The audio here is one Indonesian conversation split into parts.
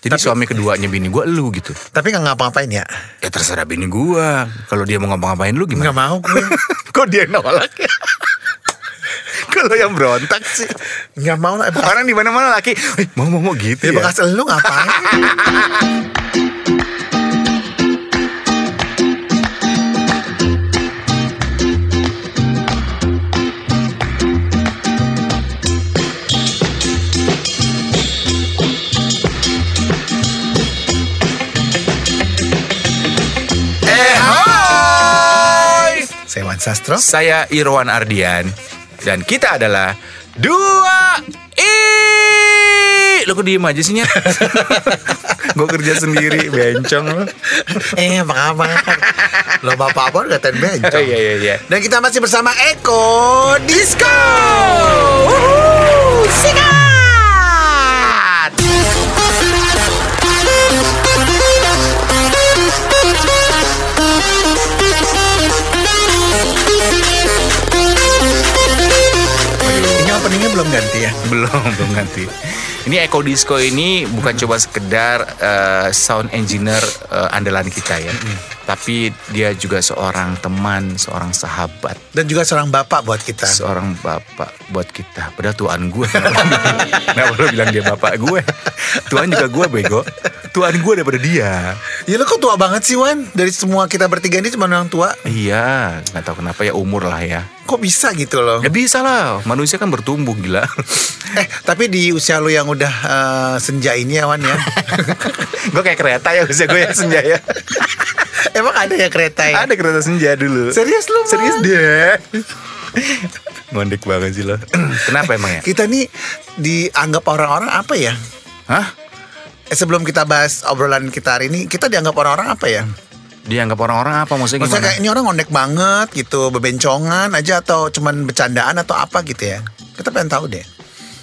Jadi suami keduanya bini gue lu gitu. Tapi nggak ngapa-ngapain ya? Ya terserah bini gue. Kalau dia mau ngapa-ngapain lu Nggak gimana? mau gue. Kok dia nolak ya? Kalau yang berontak sih. Nggak mau lah. Bekas, Orang di mana-mana laki, "Eh, mau mau mau gitu ya, ya. bekas lu ngapain? Eh, hai. Saya Wan Sastro. Saya Irwan Ardian dan kita adalah dua i. Lu kok diem aja sih nyet? gue kerja sendiri, bencong lu. eh, apa kabar? Lo bapak apa ngatain bencong? Iya iya iya. Dan kita masih bersama Eko Disco. Wuhu, sikat! Ini openingnya belum ganti ya? Belum, belum ganti. Ini Eko Disco ini bukan Hmm. cuma sekedar eh, sound engineer eh, andalan kita ya. Hmm. Tapi dia juga seorang teman, seorang sahabat, Dan juga seorang bapak buat kita. seorang bapak buat kita. Padahal tuan gue. Kenapa lu bilang dia bapak gue? Tuan juga gue bego. Tuan gue daripada dia. Ya lu kok tua banget sih Wan? Dari semua kita bertiga ini cuma orang tua. Iya, nggak tahu kenapa ya umur lah ya. Kok bisa gitu loh? Ya bisa lah, manusia kan bertumbuh gila. Eh, tapi di usia lu yang udah eh, senja ini ya Wan ya. gue kayak kereta ya usia gue yang senja ya. Emang ada ya kereta ya? Ada kereta senja dulu. Serius lu, Wan? Serius deh. Mondek banget sih lo. Kenapa emang ya? Kita nih dianggap orang-orang apa ya? Hah? Eh, sebelum kita bahas obrolan kita hari ini, kita dianggap orang-orang apa ya? Dianggap orang-orang apa maksudnya Maksudnya gimana? kayak ini orang ngondek banget gitu, bebencongan aja atau cuman bercandaan atau apa gitu ya? Kita pengen tahu deh.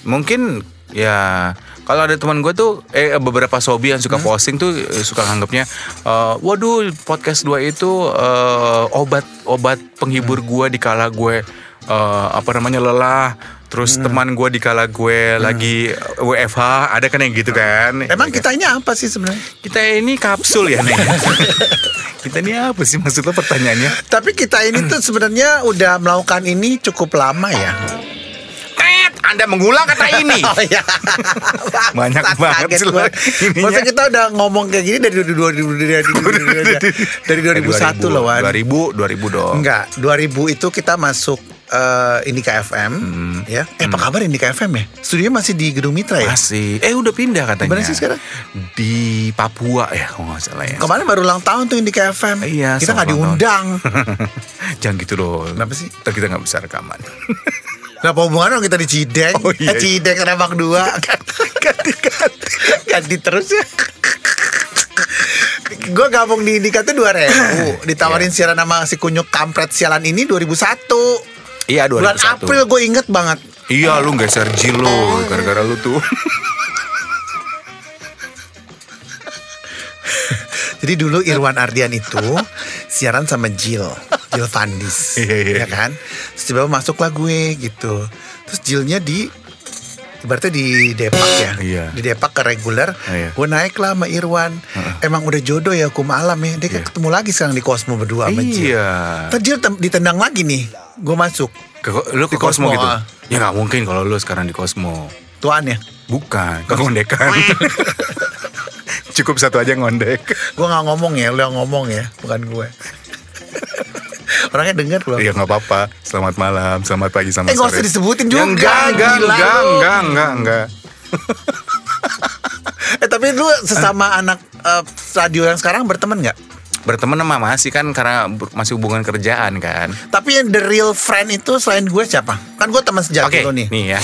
Mungkin ya kalau ada teman gue tuh eh beberapa sobi yang suka posting tuh eh, suka nganggapnya eh, waduh podcast dua itu eh, obat obat penghibur gue di kala gue eh, apa namanya lelah terus teman gue di kala gue lagi eh, WFH ada kan yang gitu kan Emang Ya kan? kita ini apa sih sebenarnya? kita ini kapsul ya Neng kita ini apa sih maksudnya pertanyaannya Tapi kita ini tuh sebenarnya udah melakukan ini cukup lama ya. Tet, Anda mengulang kata ini. Oh iya. Banyak Bangsat, banget kaget sih lo gua. ininya. Maksudnya kita udah ngomong kayak gini dari 2000 dari, dari 2001 loh Wan. 2000, 2000 dong. Enggak, 2000 itu kita masuk eh, ini ke FM ya. Eh, apa kabar ini ke FM ya? Studionya masih di Gedung Mitra ya? Masih. Eh udah pindah katanya. Di mana sih sekarang? Di Papua ya kalau nggak salah ya. Kemarin baru ulang tahun tuh ini ke FM. Iya, kita selamat nggak ulang diundang. Jangan gitu dong. Kenapa sih? Ntar kita nggak bisa rekaman. Kenapa hubungannya kita di Cideng? Oh, iya. Eh, Cideng kenapa kedua? ganti ganti ganti terus ya. Gue gabung di Indika tuh 2000 Ditawarin siaran sama si kunyuk kampret sialan ini 2001 Iya 2001. Bulan April gue inget banget Iya lu geser Ji lu gara-gara lu tuh. Jadi dulu Irwan Ardian itu siaran sama Jill, Jill Fandis, Iya, iya, ya kan? Terus tiba-tiba masuklah gue gitu. Terus Jillnya di ibaratnya di Depak ya, Iya. di Depak ke reguler. Iya. Gue naik lah sama Irwan. Emang udah jodoh ya hukum alam ya. Dia kan Iya. ketemu lagi sekarang di Kosmo berdua sama Jill. iya. Terus Jill tem- ditendang lagi nih. Gue masuk Ke, lu ke Di Cosmo, Cosmo, gitu? ah. Ya nggak mungkin kalau lu sekarang di Cosmo. tuan ya. Bukan, ke kondekan. Cukup satu aja ngondek. Gue nggak ngomong ya, lu yang ngomong ya, bukan gue. Orangnya denger loh. Iya nggak apa-apa. Selamat malam, selamat pagi, selamat Eh, nggak sore. usah disebutin Ya, juga, enggak, enggak, gila enggak, lu. enggak, enggak, enggak. Eh tapi lu sesama anak eh, radio yang sekarang berteman nggak? Berteman sama masih kan karena ber- masih hubungan kerjaan kan. Tapi yang the real friend itu selain gue siapa? Kan gue teman Oke, sejati lo nih. nih ya.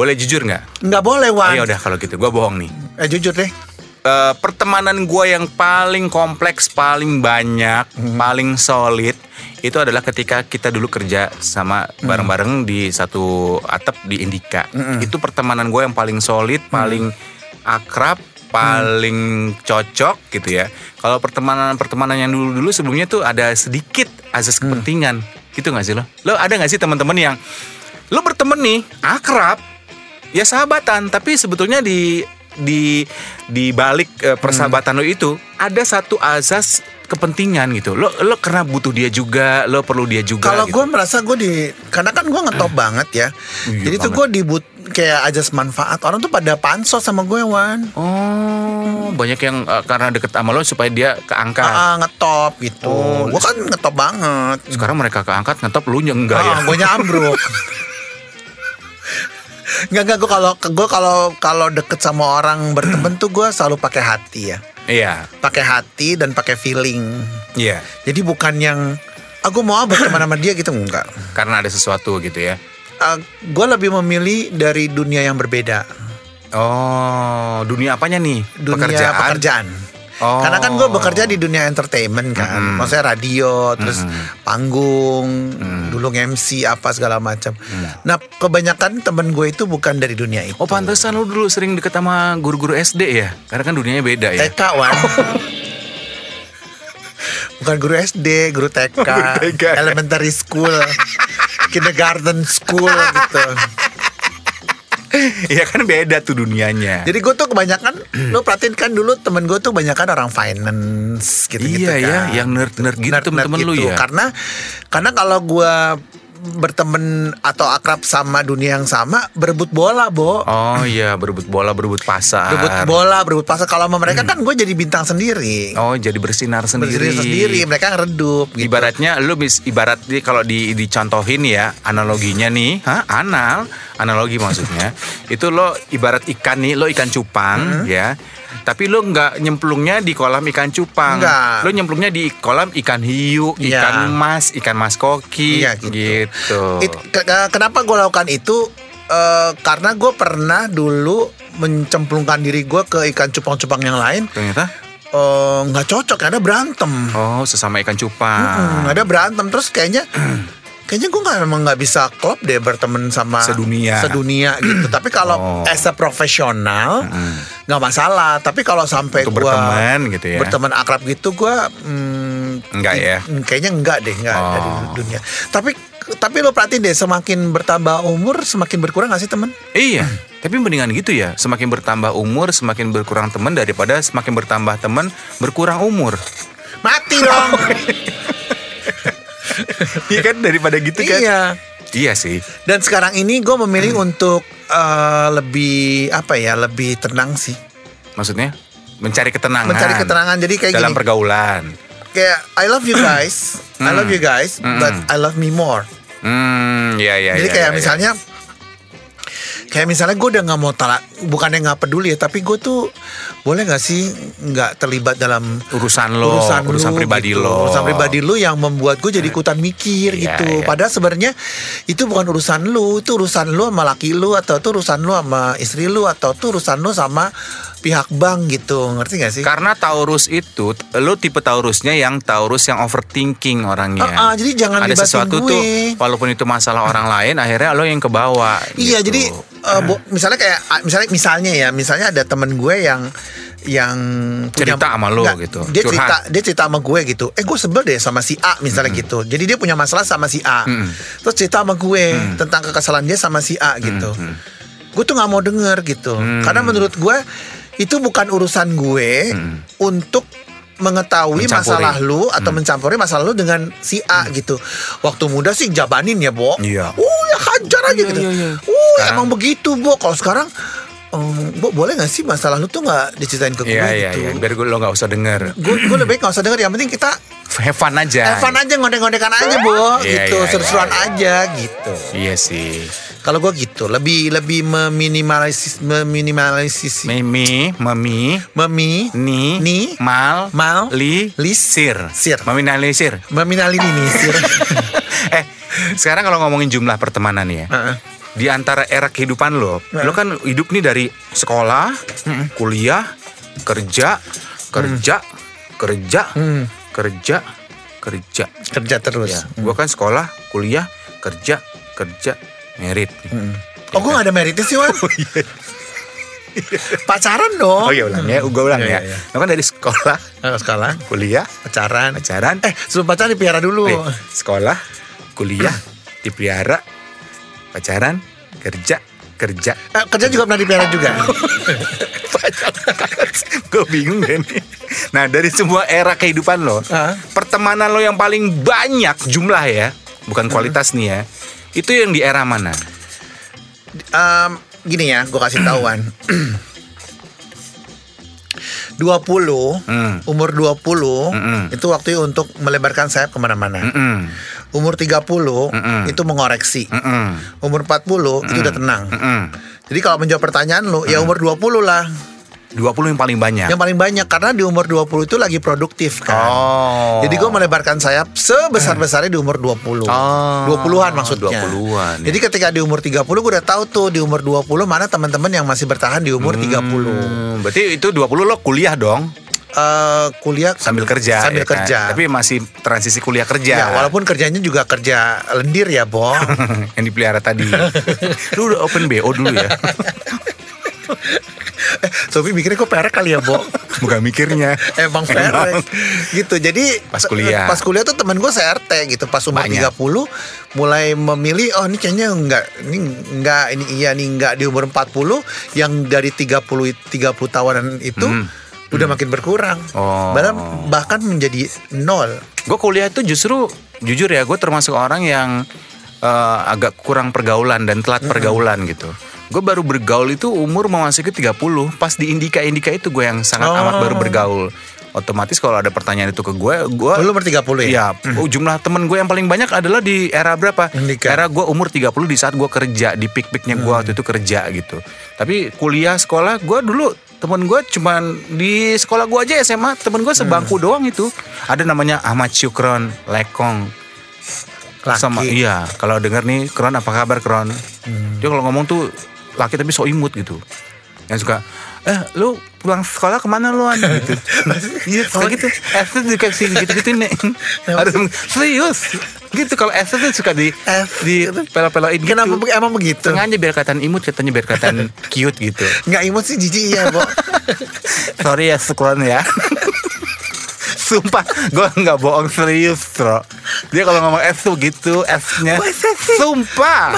Boleh jujur nggak? Nggak boleh Wan. Iya udah kalau gitu, gue bohong nih. Eh jujur deh. Eh, pertemanan gue yang paling kompleks, paling banyak, paling solid itu adalah ketika kita dulu kerja sama bareng-bareng di satu atap di Indika. Itu pertemanan gue yang paling solid, paling akrab, paling cocok gitu ya. Kalau pertemanan-pertemanan yang dulu-dulu sebelumnya tuh ada sedikit azas kepentingan. Gitu gak sih lo? Lo ada gak sih teman-teman yang lo berteman nih, akrab, ya sahabatan, tapi sebetulnya di di di balik eh, persahabatan lo itu ada satu azas kepentingan gitu. Lo lo karena butuh dia juga, lo perlu dia juga. Kalau gitu. Eh. gue merasa gue di karena kan gue ngetop banget ya. Iya Jadi tuh gue dibut kayak ajas manfaat orang tuh pada pansos sama gue wan. Oh, banyak yang eh, karena deket sama lo supaya dia keangkat. Ah, ngetop gitu. Oh. gue kan ngetop banget. Sekarang mereka keangkat ngetop lu nya enggak ya. Ah, gue nyambruk. Enggak enggak gue kalau gue kalau kalau deket sama orang berteman tuh gue selalu pakai hati ya. Iya. Pakai hati dan pakai feeling. Iya. Jadi bukan yang aku mau ah, berteman sama dia gitu enggak. Karena ada sesuatu gitu ya. gue lebih memilih dari dunia yang berbeda. Oh, dunia apanya nih? Dunia pekerjaan. pekerjaan. Oh. Karena kan gue bekerja di dunia entertainment kan, Mm-mm. maksudnya radio, terus panggung, dulu MC apa segala macam. Nah kebanyakan temen gue itu bukan dari dunia itu. Oh pantesan lu dulu sering deket sama guru-guru SD ya? Karena kan dunianya beda ya. TK Wan. bukan guru SD, guru TK, TK. elementary school, kindergarten school gitu. Iya kan beda tuh dunianya. Jadi gue tuh kebanyakan, Hmm. lo perhatiin kan dulu temen gue tuh kebanyakan orang finance gitu-gitu iya kan. ya, yang nerd-nerd gitu Nerd-nerd temen-temen lu gitu. ya. Karena karena kalau gua berteman atau akrab sama dunia yang sama berebut bola, Bo. Oh iya, berebut bola, berebut pasar. Berebut bola, berebut pasar. Kalau sama mereka kan gue jadi bintang sendiri. Hmm. Oh jadi bersinar Sendiri sendiri. sendiri, mereka ngeredup gitu. Ibaratnya lu bis, ibarat di- kalau di, dicontohin ya analoginya nih, Hah? anal, analogi maksudnya. itu lo ibarat ikan nih, lo ikan Hmm? cupang ya. Tapi lo nggak nyemplungnya di kolam ikan cupang. Nggak. Lo nyemplungnya di kolam ikan hiu, Iya. ikan mas, ikan mas koki Iya, gitu. gitu. It- ke- ke- kenapa gue lakukan itu? Eh, karena gue pernah dulu mencemplungkan diri gue ke ikan cupang-cupang yang lain Ternyata eh, nggak cocok karena berantem. oh sesama ikan cupang. Hmm, ada berantem terus kayaknya kayaknya gue nggak emang nggak bisa klop deh berteman sama Sedunia. sedunia gitu tapi kalau Oh. Hmm. as a profesional nggak masalah tapi kalau sampai gue Untuk berteman gitu ya. berteman akrab gitu gue Enggak ya? kayaknya enggak deh enggak Oh. dari dunia tapi tapi lo perhatiin deh semakin bertambah umur semakin berkurang gak sih temen Iya. Tapi mendingan gitu ya, semakin bertambah umur, semakin berkurang teman daripada semakin bertambah teman, berkurang umur. mati dong Oh, Iya kan Hmm. daripada gitu iya Iya sih. dan sekarang ini gue memilih untuk eh, lebih apa ya lebih tenang sih Maksudnya mencari ketenangan. mencari keterangan jadi kayak dalam Hmm. gini pergaulan. kayak I love you guys, I love you guys, but I love me more. Hmm, iya iya. Jadi iya, kayak iya, misalnya, kayak misalnya gue udah nggak mau tala, bukannya nggak peduli ya, tapi gue tuh boleh nggak sih nggak terlibat dalam iya. urusan lo, urusan, lu pribadi gitu. lo. Hmm. urusan pribadi lu yang membuat gue jadi ikutan mikir Iya, gitu. iya. Padahal sebenarnya itu bukan urusan lu, itu urusan lu sama laki lu atau itu urusan lu sama istri lu atau itu urusan lu sama pihak bank gitu, ngerti gak sih? Karena Taurus itu, lo tipe Taurusnya yang Taurus yang overthinking orangnya. Ah, ah, jadi jangan iya. Ada libatin sesuatu gue. tuh, walaupun itu masalah orang lain, akhirnya lo yang kebawa. Iya, gitu. jadi eh, bo- misalnya kayak ah, misalnya misalnya ya, misalnya ada temen gue yang yang punya- Cerita sama lo Nggak, gitu, Dia curhat. cerita dia cerita sama gue gitu. Eh gue sebel deh sama si A misalnya gitu. Jadi dia punya masalah sama si A. Terus cerita sama gue Mm. tentang kekesalan dia sama si A gitu. Gue tuh nggak mau denger gitu. Mm. Karena menurut gue itu bukan urusan gue untuk mengetahui Mm. Mencampuri. Mm. masalah lu atau mencampuri masalah lu dengan si A gitu. Waktu muda sih jabanin ya, Bo. Iya. Uh, ya hajar aja Iya, gitu. iya, iya. Uh, Sekarang- emang begitu, Bo. Kalau sekarang em, Bo, boleh gak sih masalah lu tuh gak diceritain ke gue Iya iya gitu. iya. Biar gue lo nggak usah denger. Gue gue lebih baik gak usah denger yang penting kita Have fun aja. Evan aja ngondek-ngondekan aja, Bo. Ya. Iya, gitu, iya, iya. seru-seruan aja gitu. Iya sih. Kalau gue gitu, lebih lebih meminimalisis meminimalisis Mimi, mami, memi ni, Ni. mal, Mal. li, lisir, Sir. meminimalisir. meminimalisir. eh, sekarang kalau ngomongin jumlah pertemanan ya. Heeh. Di antara era kehidupan lo, lo kan hidup nih dari sekolah, kuliah, kerja, kerja, kerja, kerja, kerja. Kerja terus. Ya, gua kan sekolah, kuliah, kerja, kerja, merit. iya. Oh, gue gak ada meritnya sih, Wan. Pacaran Oh dong. iya ulang ya, gua ulang Iya, ya. iya, Lo kan dari sekolah, Kalau sekolah, kuliah, pacaran. pacaran, eh, Eh, oh. sebelum pacaran dipelihara dulu. Nih, sekolah, kuliah, dipelihara, pacaran, kerja, kerja Eh, kerja juga pernah di PRN juga. gue bingung deh nih. Nah dari semua era kehidupan lo, Hah? pertemanan lo yang paling banyak jumlah ya, bukan kualitas nih ya, itu yang di era mana? Em, gini ya, gue kasih tahuan. 20 Hmm. umur 20 Mm-mm. itu waktunya untuk melebarkan sayap kemana-mana. Mm-mm, Umur 30 Mm-mm. itu mengoreksi. mm-mm, Umur 40 itu udah tenang. mm-mm. Jadi kalau menjawab pertanyaan lu, ya umur 20 lah 20 yang paling banyak. yang paling banyak karena di umur 20 itu lagi produktif kan. Ya. Oh. Jadi gue melebarkan sayap sebesar-besarnya di umur 20 Oh. 20-an maksudnya 20-an, ya. Jadi ketika di umur 30 gue udah tahu tuh Di umur 20 mana teman-teman yang masih bertahan di umur 30 Hmm, berarti itu 20 lo kuliah dong Eh, Kuliah sambil kerja. Iya, Sambil ya kan? kerja Tapi masih transisi kuliah kerja. kan? Ya, walaupun kerjanya juga kerja lendir ya, Bo. yang dipelihara tadi. lu udah open BO dulu ya. Sofi Eh, mikirnya kok perek kali ya, Bo. Bukan mikirnya. Emang perek. gitu. Jadi Pas kuliah. Pas kuliah tuh temen gue CRT gitu. Pas umur Banyak. 30 mulai memilih oh ini kayaknya enggak ini enggak ini iya nih enggak di umur 40 yang dari 30 30 tawanan itu udah makin berkurang. Hmm. Oh. Bahkan bahkan menjadi nol. Gue kuliah itu justru jujur ya gue termasuk orang yang eh, agak kurang pergaulan dan telat pergaulan gitu. Gue baru bergaul itu umur memasuki 30 pas di indika indika itu gue yang sangat amat baru bergaul. Otomatis kalau ada pertanyaan itu ke gue, gue Lu umur 30 ya? Iya, oh, jumlah temen gue yang paling banyak adalah di era berapa? Nikah. Era gue umur 30 di saat gue kerja, di pik-piknya gue waktu itu kerja gitu. Tapi kuliah, sekolah, gue dulu temen gue cuman di sekolah gue aja SMA, temen gue sebangku doang itu. Ada namanya Ahmad Syukron, Lekong. Laki. Nah, Sama, iya, kalau denger nih, Kron apa kabar Kron? Hmm. Dia kalau ngomong tuh laki tapi so imut gitu. Yang suka, eh lu pulang sekolah kemana lu an? gitu. Iya, suka gitu. Esa dikasih gitu-gitu nih. Harus meng- serius. Gitu kalau Esa tuh suka di F. di pelo-peloin gitu. Kenapa emang begitu? Sengaja biar kataan imut, katanya biar kataan cute gitu. Enggak imut sih jijik ya, Bo. Sorry ya sekolah ya. Sumpah, gue nggak bohong serius, bro. Dia kalau ngomong S tuh gitu, S-nya. Masa sih? Sumpah.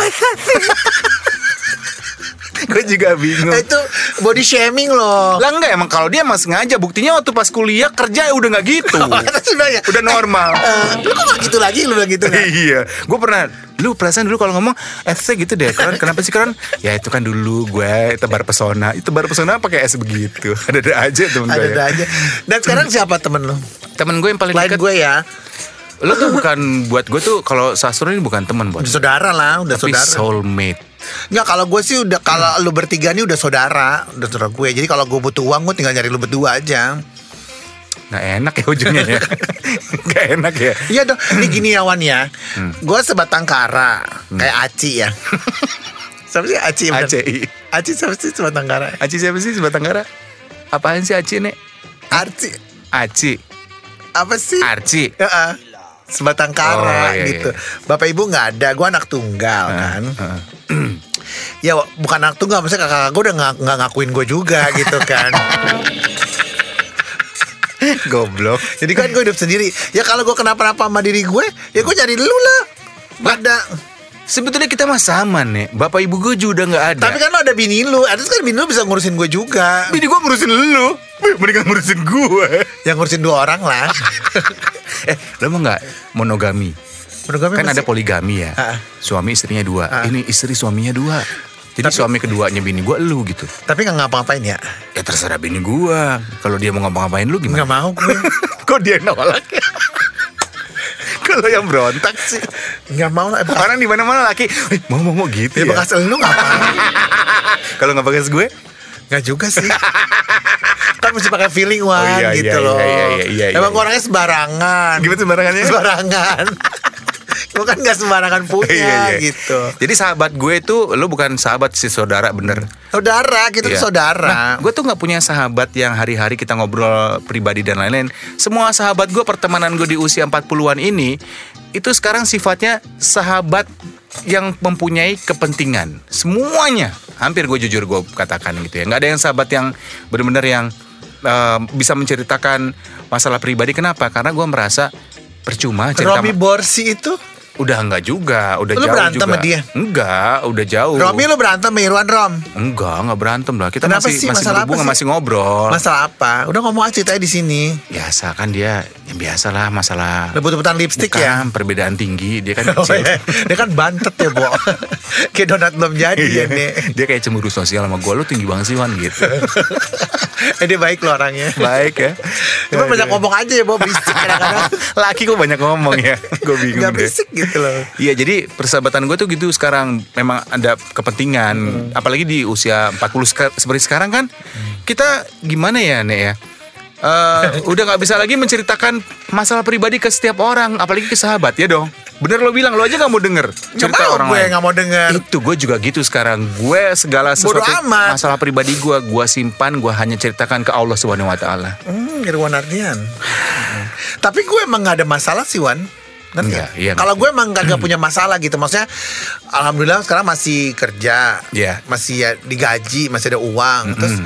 gue juga bingung. Nah, itu body shaming loh. Lah enggak emang kalau dia emang sengaja buktinya waktu pas kuliah kerja ya udah nggak gitu. Sebenarnya. udah normal. Eh, lu kok gak gitu lagi lu bilang gitu kan? iya, gue pernah lu perasaan dulu kalau ngomong FC gitu deh. Keren, kenapa sih keren? Ya itu kan dulu gue tebar pesona. Itu tebar pesona pakai S begitu. Ada-ada aja temen gue. ada ya. aja dan sekarang siapa temen lu Temen gue yang paling klien dekat gue ya Lo tuh bukan buat gue tuh kalau sastra ini bukan teman buat udah saudara lah udah tapi saudara soulmate. nggak kalau gue sih udah kalau lu bertiga nih udah saudara udah saudara gue jadi kalau gue butuh uang gue tinggal nyari lu berdua aja Nah enak ya ujungnya ya. Gak enak ya. iya dong ini gini ya Wan ya Hmm. gue sebatang kara kayak Aci ya siapa sih Aci Iya, bener? ACI. Aci siapa sih sebatang kara Aci siapa sih sebatang kara? Apaan sih Aci nek? Arci Aci, apa sih Arci. Heeh. sebatang Oh, kara iya, gitu iya. bapak ibu nggak ada gue anak tunggal kan Heeh. ya bukan anak tunggal maksudnya kakak gue udah nggak nggak ngakuin gue juga gitu kan Goblok. jadi kan gue hidup sendiri ya kalau gue kenapa-napa sama diri gue ya gue cari dulu lah Nah, Gak ada Sebetulnya kita mah sama nek. Bapak ibu gue juga udah nggak ada. tapi kan lo ada bini lu at least kan bini lu bisa ngurusin gue juga bini gue ngurusin lu. Mendingan ngurusin gue. yang Ya, ngurusin dua orang lah eh lo mau nggak monogami? Monogami kan masih- ada poligami ya. Ah. Suami istrinya dua. Ah. Ini istri suaminya dua. Jadi suami keduanya bini gue lu gitu. tapi nggak ngapa-ngapain ya Ya terserah bini gua. Kalau dia mau ngapa-ngapain lu nggak gimana? mau gue Kok dia nolak? Kalau yang berontak sih. nggak mau lah Eh, bekas- Orang di mana-mana laki, "Eh, mau mau mau gitu ya ya. bekas lu ngapain Kalau nggak bagas gue, nggak juga sih kan mesti pakai feeling wan iya, gitu iya, loh iya, iya, iya, iya, iya. emang gue orangnya sembarangan gimana sembarangannya? sembarangan gue kan nggak sembarangan punya Iya, iya. gitu Jadi sahabat gue itu lu bukan sahabat si saudara bener. saudara kita Iya. tuh saudara Nah, gue tuh nggak punya sahabat yang hari-hari kita ngobrol pribadi dan lain-lain. Semua sahabat gue pertemanan gue di usia 40-an ini itu sekarang sifatnya sahabat yang mempunyai kepentingan. Semuanya hampir gue jujur gue katakan gitu ya. Nggak ada yang sahabat yang benar-benar yang eh, bisa menceritakan masalah pribadi. Kenapa? Karena gue merasa percuma cerita. Romi Borsi itu Udah enggak juga, udah Lu jauh berantem juga. sama dia? Enggak, udah jauh. Romi lu berantem sama Irwan Rom. Enggak, enggak berantem lah. Kita Kenapa masih sih? masih Masalah apa berhubungan, sih? masih ngobrol. Masalah apa? Udah ngomong aja ceritanya di sini. Biasa kan dia, yang biasa lah masalah. Rebut-rebutan lipstick ya. Bukan, perbedaan tinggi, dia kan Oh, kecil. iya. Dia kan bantet ya, Bo. Kayak donat belum jadi ya, Iya. Nek. dia kayak cemburu sosial sama gue, lu tinggi banget sih Wan gitu. Eh, dia baik loh orangnya. Baik ya. Cuma banyak ngomong aja ya, Bo. Berisik kadang-kadang. Laki kok banyak ngomong ya, gue bingung Gak deh. berisik gitu loh. Iya jadi persahabatan gue tuh gitu sekarang memang ada kepentingan Hmm. apalagi di usia 40 seka- seperti sekarang kan kita gimana ya Nek ya Eh, udah nggak bisa lagi menceritakan masalah pribadi ke setiap orang apalagi ke sahabat ya dong bener lo bilang lo aja nggak mau denger cerita mau orang gue, lain nggak mau denger. itu gue juga gitu sekarang gue segala Bodo sesuatu amat. masalah pribadi gue gue simpan gue hanya ceritakan ke Allah Subhanahu Wa Taala Hmm, Irwan Ardian. Hmm. Tapi gue emang gak ada masalah sih, Wan. Ngerti Enggak, ya? iya, Kalau gue emang kagak punya masalah gitu. Maksudnya, alhamdulillah sekarang masih kerja. Iya. Masih ya digaji, masih ada uang. Terus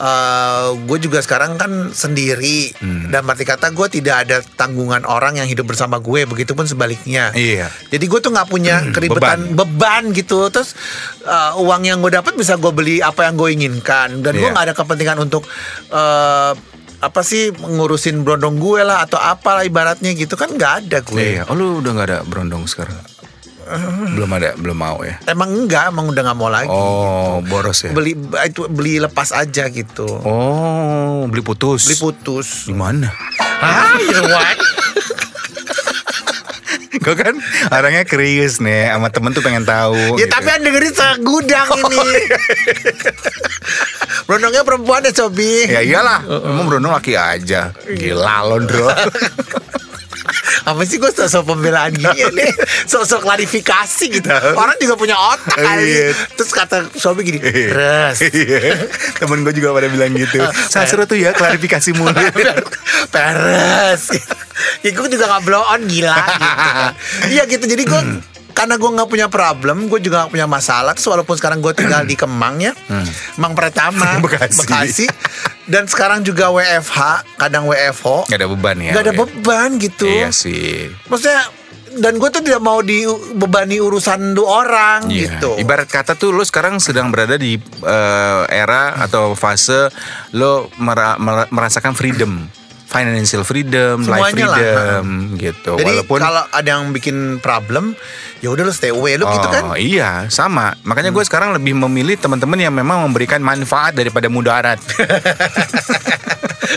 eh, gue juga sekarang kan sendiri. Mm. Dan arti kata gue tidak ada tanggungan orang yang hidup bersama gue. Begitupun sebaliknya. Iya. Jadi gue tuh gak punya keribetan beban, gitu. Terus eh, uang yang gue dapat bisa gue beli apa yang gue inginkan. Dan gue Iya. gak ada kepentingan untuk eh, apa sih ngurusin brondong gue lah atau apalah ibaratnya gitu kan nggak ada gue. Iya, oh lu udah nggak ada berondong sekarang Eh. belum ada belum mau ya Emang enggak, emang udah nggak mau lagi. oh boros ya Beli itu beli lepas aja gitu. Oh, beli putus. Beli Di putus. mana? Ah, Irwan. Gue kan orangnya serius nih, sama temen tuh pengen tahu. gitu. Oh, ya iya. tapi yang dengerin segudang ini. Brondongnya perempuan ya Sobi. Ya iyalah, emang Bruno laki aja. Gila lo, Bro. Apa sih gue sosok pembelaan gini Iya. ya nih Sosok klarifikasi gitu Tahu. Orang juga punya Iya. otak kali Terus kata suami gini Res Iya. Temen gue juga pada bilang gitu. Saya suruh tuh ya klarifikasi mulu. Peres Ya gue juga gak blow on gila gitu kan. Iya gitu jadi gue Karena gue gak punya problem Gue juga gak punya masalah Terus walaupun sekarang gue tinggal di Kemang ya Kemang Hmm. pertama Bekasi. Dan sekarang juga WFH Kadang WFO Gak ada beban ya. Gak ada Wei? beban gitu Iya sih. Maksudnya dan gue tuh tidak mau dibebani urusan tuh orang Iya. gitu. Ibarat kata tuh lo sekarang sedang berada di eh, era atau fase lo mera- mera- merasakan freedom, financial freedom, life Semuanya lah, freedom gitu. Jadi Walaupun kalau ada yang bikin problem, ya udah lu stay away lu gitu kan. Oh, Hmm. Iya, sama. Makanya gue sekarang lebih memilih teman-teman yang memang memberikan manfaat daripada mudarat.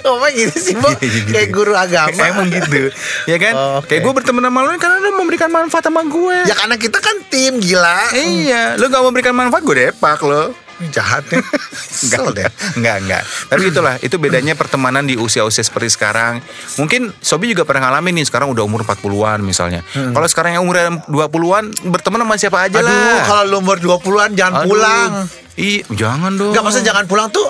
Oh my gitu sih, Bo. Iya, iya, gitu. Kayak guru agama. Emang gitu, ya kan? Oh, oke. Kayak gue berteman sama lo karena lo memberikan manfaat sama gue. Ya karena kita kan tim gila. Iya, lo gak memberikan manfaat gue depak lo. Jahatnya. Kesel deh. Eh. Enggak, enggak. Tapi itulah, itu bedanya pertemanan di usia-usia seperti sekarang. Mungkin Sobi juga pernah ngalamin nih, sekarang udah umur 40-an misalnya. Hmm. Kalau sekarang yang umur 20-an, berteman sama siapa aja lah. Aduh, kalau lu umur 20-an jangan Aduh. pulang. Ih, jangan dong. Enggak maksudnya jangan pulang tuh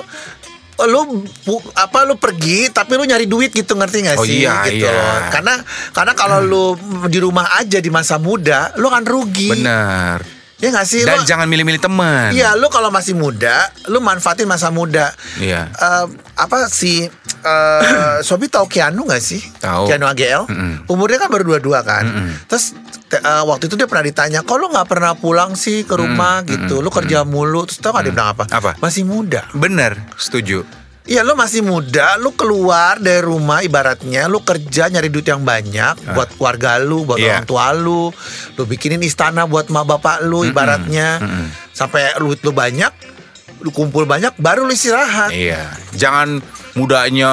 lu pu- apa lu pergi tapi lu nyari duit gitu ngerti gak Oh, sih iya, gitu iya. Hmm. loh. Karena karena kalau lu di rumah aja di masa muda lu kan rugi. Bener. Ya gak sih Dan Lu- jangan milih-milih teman. Iya, lu kalau masih muda, lu manfaatin masa muda. Iya. Eh, apa sih? eh Sobi tahu Keanu nggak sih? Tahu. Keanu AGL. Mm-mm. Umurnya kan baru dua-dua kan. Terus te- eh, waktu itu dia pernah ditanya, "Kok lu nggak pernah pulang sih ke rumah gitu? Lu kerja mulu." Terus tau nggak dia bilang apa? Apa? Masih muda. Bener, setuju. Iya, lu masih muda, lu keluar dari rumah ibaratnya lu kerja nyari duit yang banyak buat keluarga lu, Ah. buat Iya. orang tua lu. Lu bikinin istana buat ma bapak lu ibaratnya. Sampai duit lu banyak, lu kumpul banyak baru lu istirahat. Iya. Jangan mudanya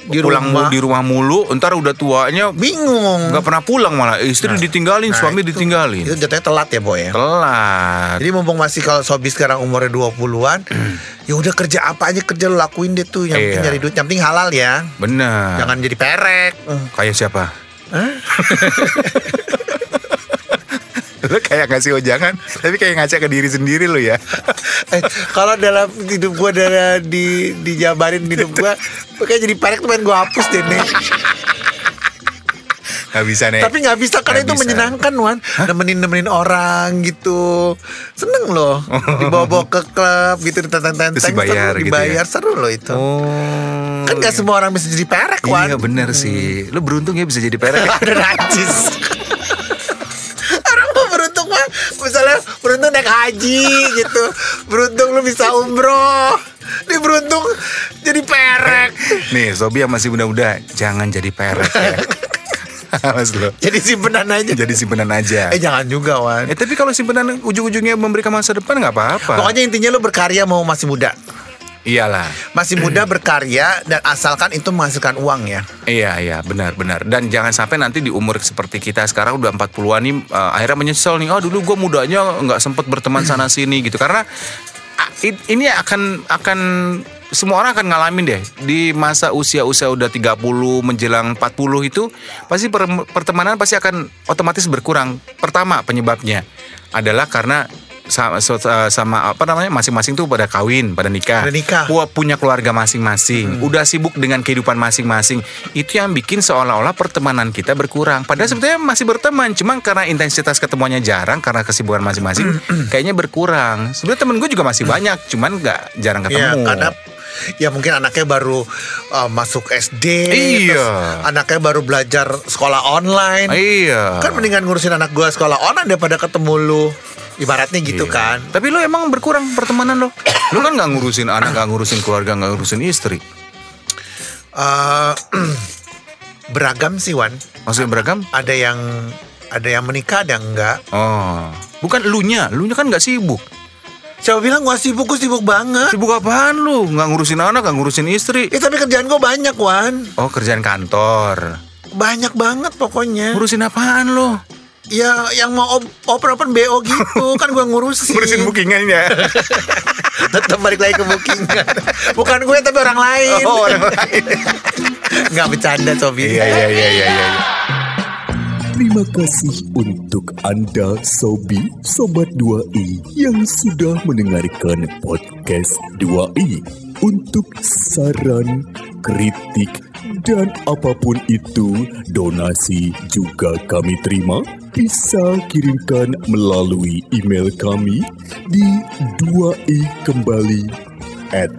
Di pulang rumah. mu- di rumah mulu, entar udah tuanya Bingung. nggak pernah pulang malah. Istri ditinggalin, Nah, suami itu- ditinggalin. Itu jatuhnya telat ya, Boy ya. Telat. Jadi mumpung masih kalau Sobi sekarang umurnya 20-an, ya udah kerja apa aja kerja lu lakuin deh tuh, yang Mm. penting Iya. Ah. nyari duit, yang penting halal ya. Bener. Jangan jadi perek. Mm. Kayak siapa? lo kayak ngasih jangan tapi kayak ngaca ke diri sendiri lo ya. Eh, kalau dalam hidup gue dari di dijabarin hidup gue, kayak jadi perek tuh pengen gue hapus deh nih. Gak bisa nih. Tapi nggak bisa karena Eh, Nggak itu bisa. menyenangkan Wan, nemenin nemenin orang gitu, seneng loh. Dibawa-bawa ke klub gitu ditentang-tentang, Terus dibayar seru, gitu ya? dibayar seru loh itu. Oh. Kan nggak semua orang bisa jadi perek Wan. ya. Iya bener sih. Lo beruntung ya bisa jadi perek. Udah najis. misalnya beruntung naik haji gitu beruntung lu bisa umroh ini beruntung jadi perek Nih, Sobi yang masih muda-muda, jangan jadi perek ya. Mas lo. jadi simpenan aja Jadi simpenan aja. eh jangan juga wan Eh, tapi kalau simpenan ujung-ujungnya memberikan masa depan nggak apa-apa. pokoknya intinya lu berkarya mau masih muda Iyalah. masih muda berkarya dan asalkan itu menghasilkan uang ya Iya, iya, benar, benar. Dan jangan sampai nanti di umur seperti kita sekarang udah 40-an nih eh, akhirnya menyesal nih, oh dulu gue mudanya nggak sempet berteman sana sini gitu. Karena a- i- ini akan akan semua orang akan ngalamin deh di masa usia-usia udah 30 menjelang 40 itu pasti per- pertemanan pasti akan otomatis berkurang. Pertama penyebabnya adalah karena sama, so- eh, sama apa namanya masing-masing tuh pada kawin, pada nikah. Pada nikah. Wah, punya keluarga masing-masing, Hmm. udah sibuk dengan kehidupan masing-masing. Itu yang bikin seolah-olah pertemanan kita berkurang. Padahal Hmm. sebetulnya masih berteman, cuman karena intensitas ketemuannya jarang karena kesibukan masing-masing, Hmm. kayaknya berkurang. Sebenarnya temen gue juga masih banyak, cuman nggak jarang Iya, ketemu. karena ya mungkin anaknya baru uh, masuk SD, Iya. terus anaknya baru belajar sekolah online. Iya. Kan mendingan ngurusin anak gua sekolah online daripada ketemu lu. Ibaratnya gitu Iya. kan. Tapi lu emang berkurang pertemanan lo. lu kan nggak ngurusin anak, nggak ngurusin keluarga, nggak ngurusin istri. Eh, beragam sih Wan. Maksudnya beragam? Ada yang ada yang menikah, ada yang enggak. Oh, bukan elunya, elunya kan nggak sibuk. Siapa bilang gua sibuk, gua sibuk banget. Sibuk apaan lu? Nggak ngurusin anak, nggak ngurusin istri. Ya tapi kerjaan gua banyak Wan. Oh kerjaan kantor Banyak banget pokoknya. Ngurusin apaan lo? Ya yang mau op- open-open BO gitu kan gua ngurusin. bookingannya tetap balik lagi ke bookingan bukan gue tapi orang lain Oh orang lain nggak bercanda Sobi Iya iya iya iya iya Terima kasih untuk Anda Sobi Sobat 2i yang sudah mendengarkan podcast 2i. Untuk saran, kritik, dan apapun itu, donasi juga kami terima. Bisa kirimkan melalui email kami di 2i kembali at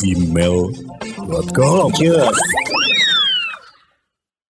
gmail.com.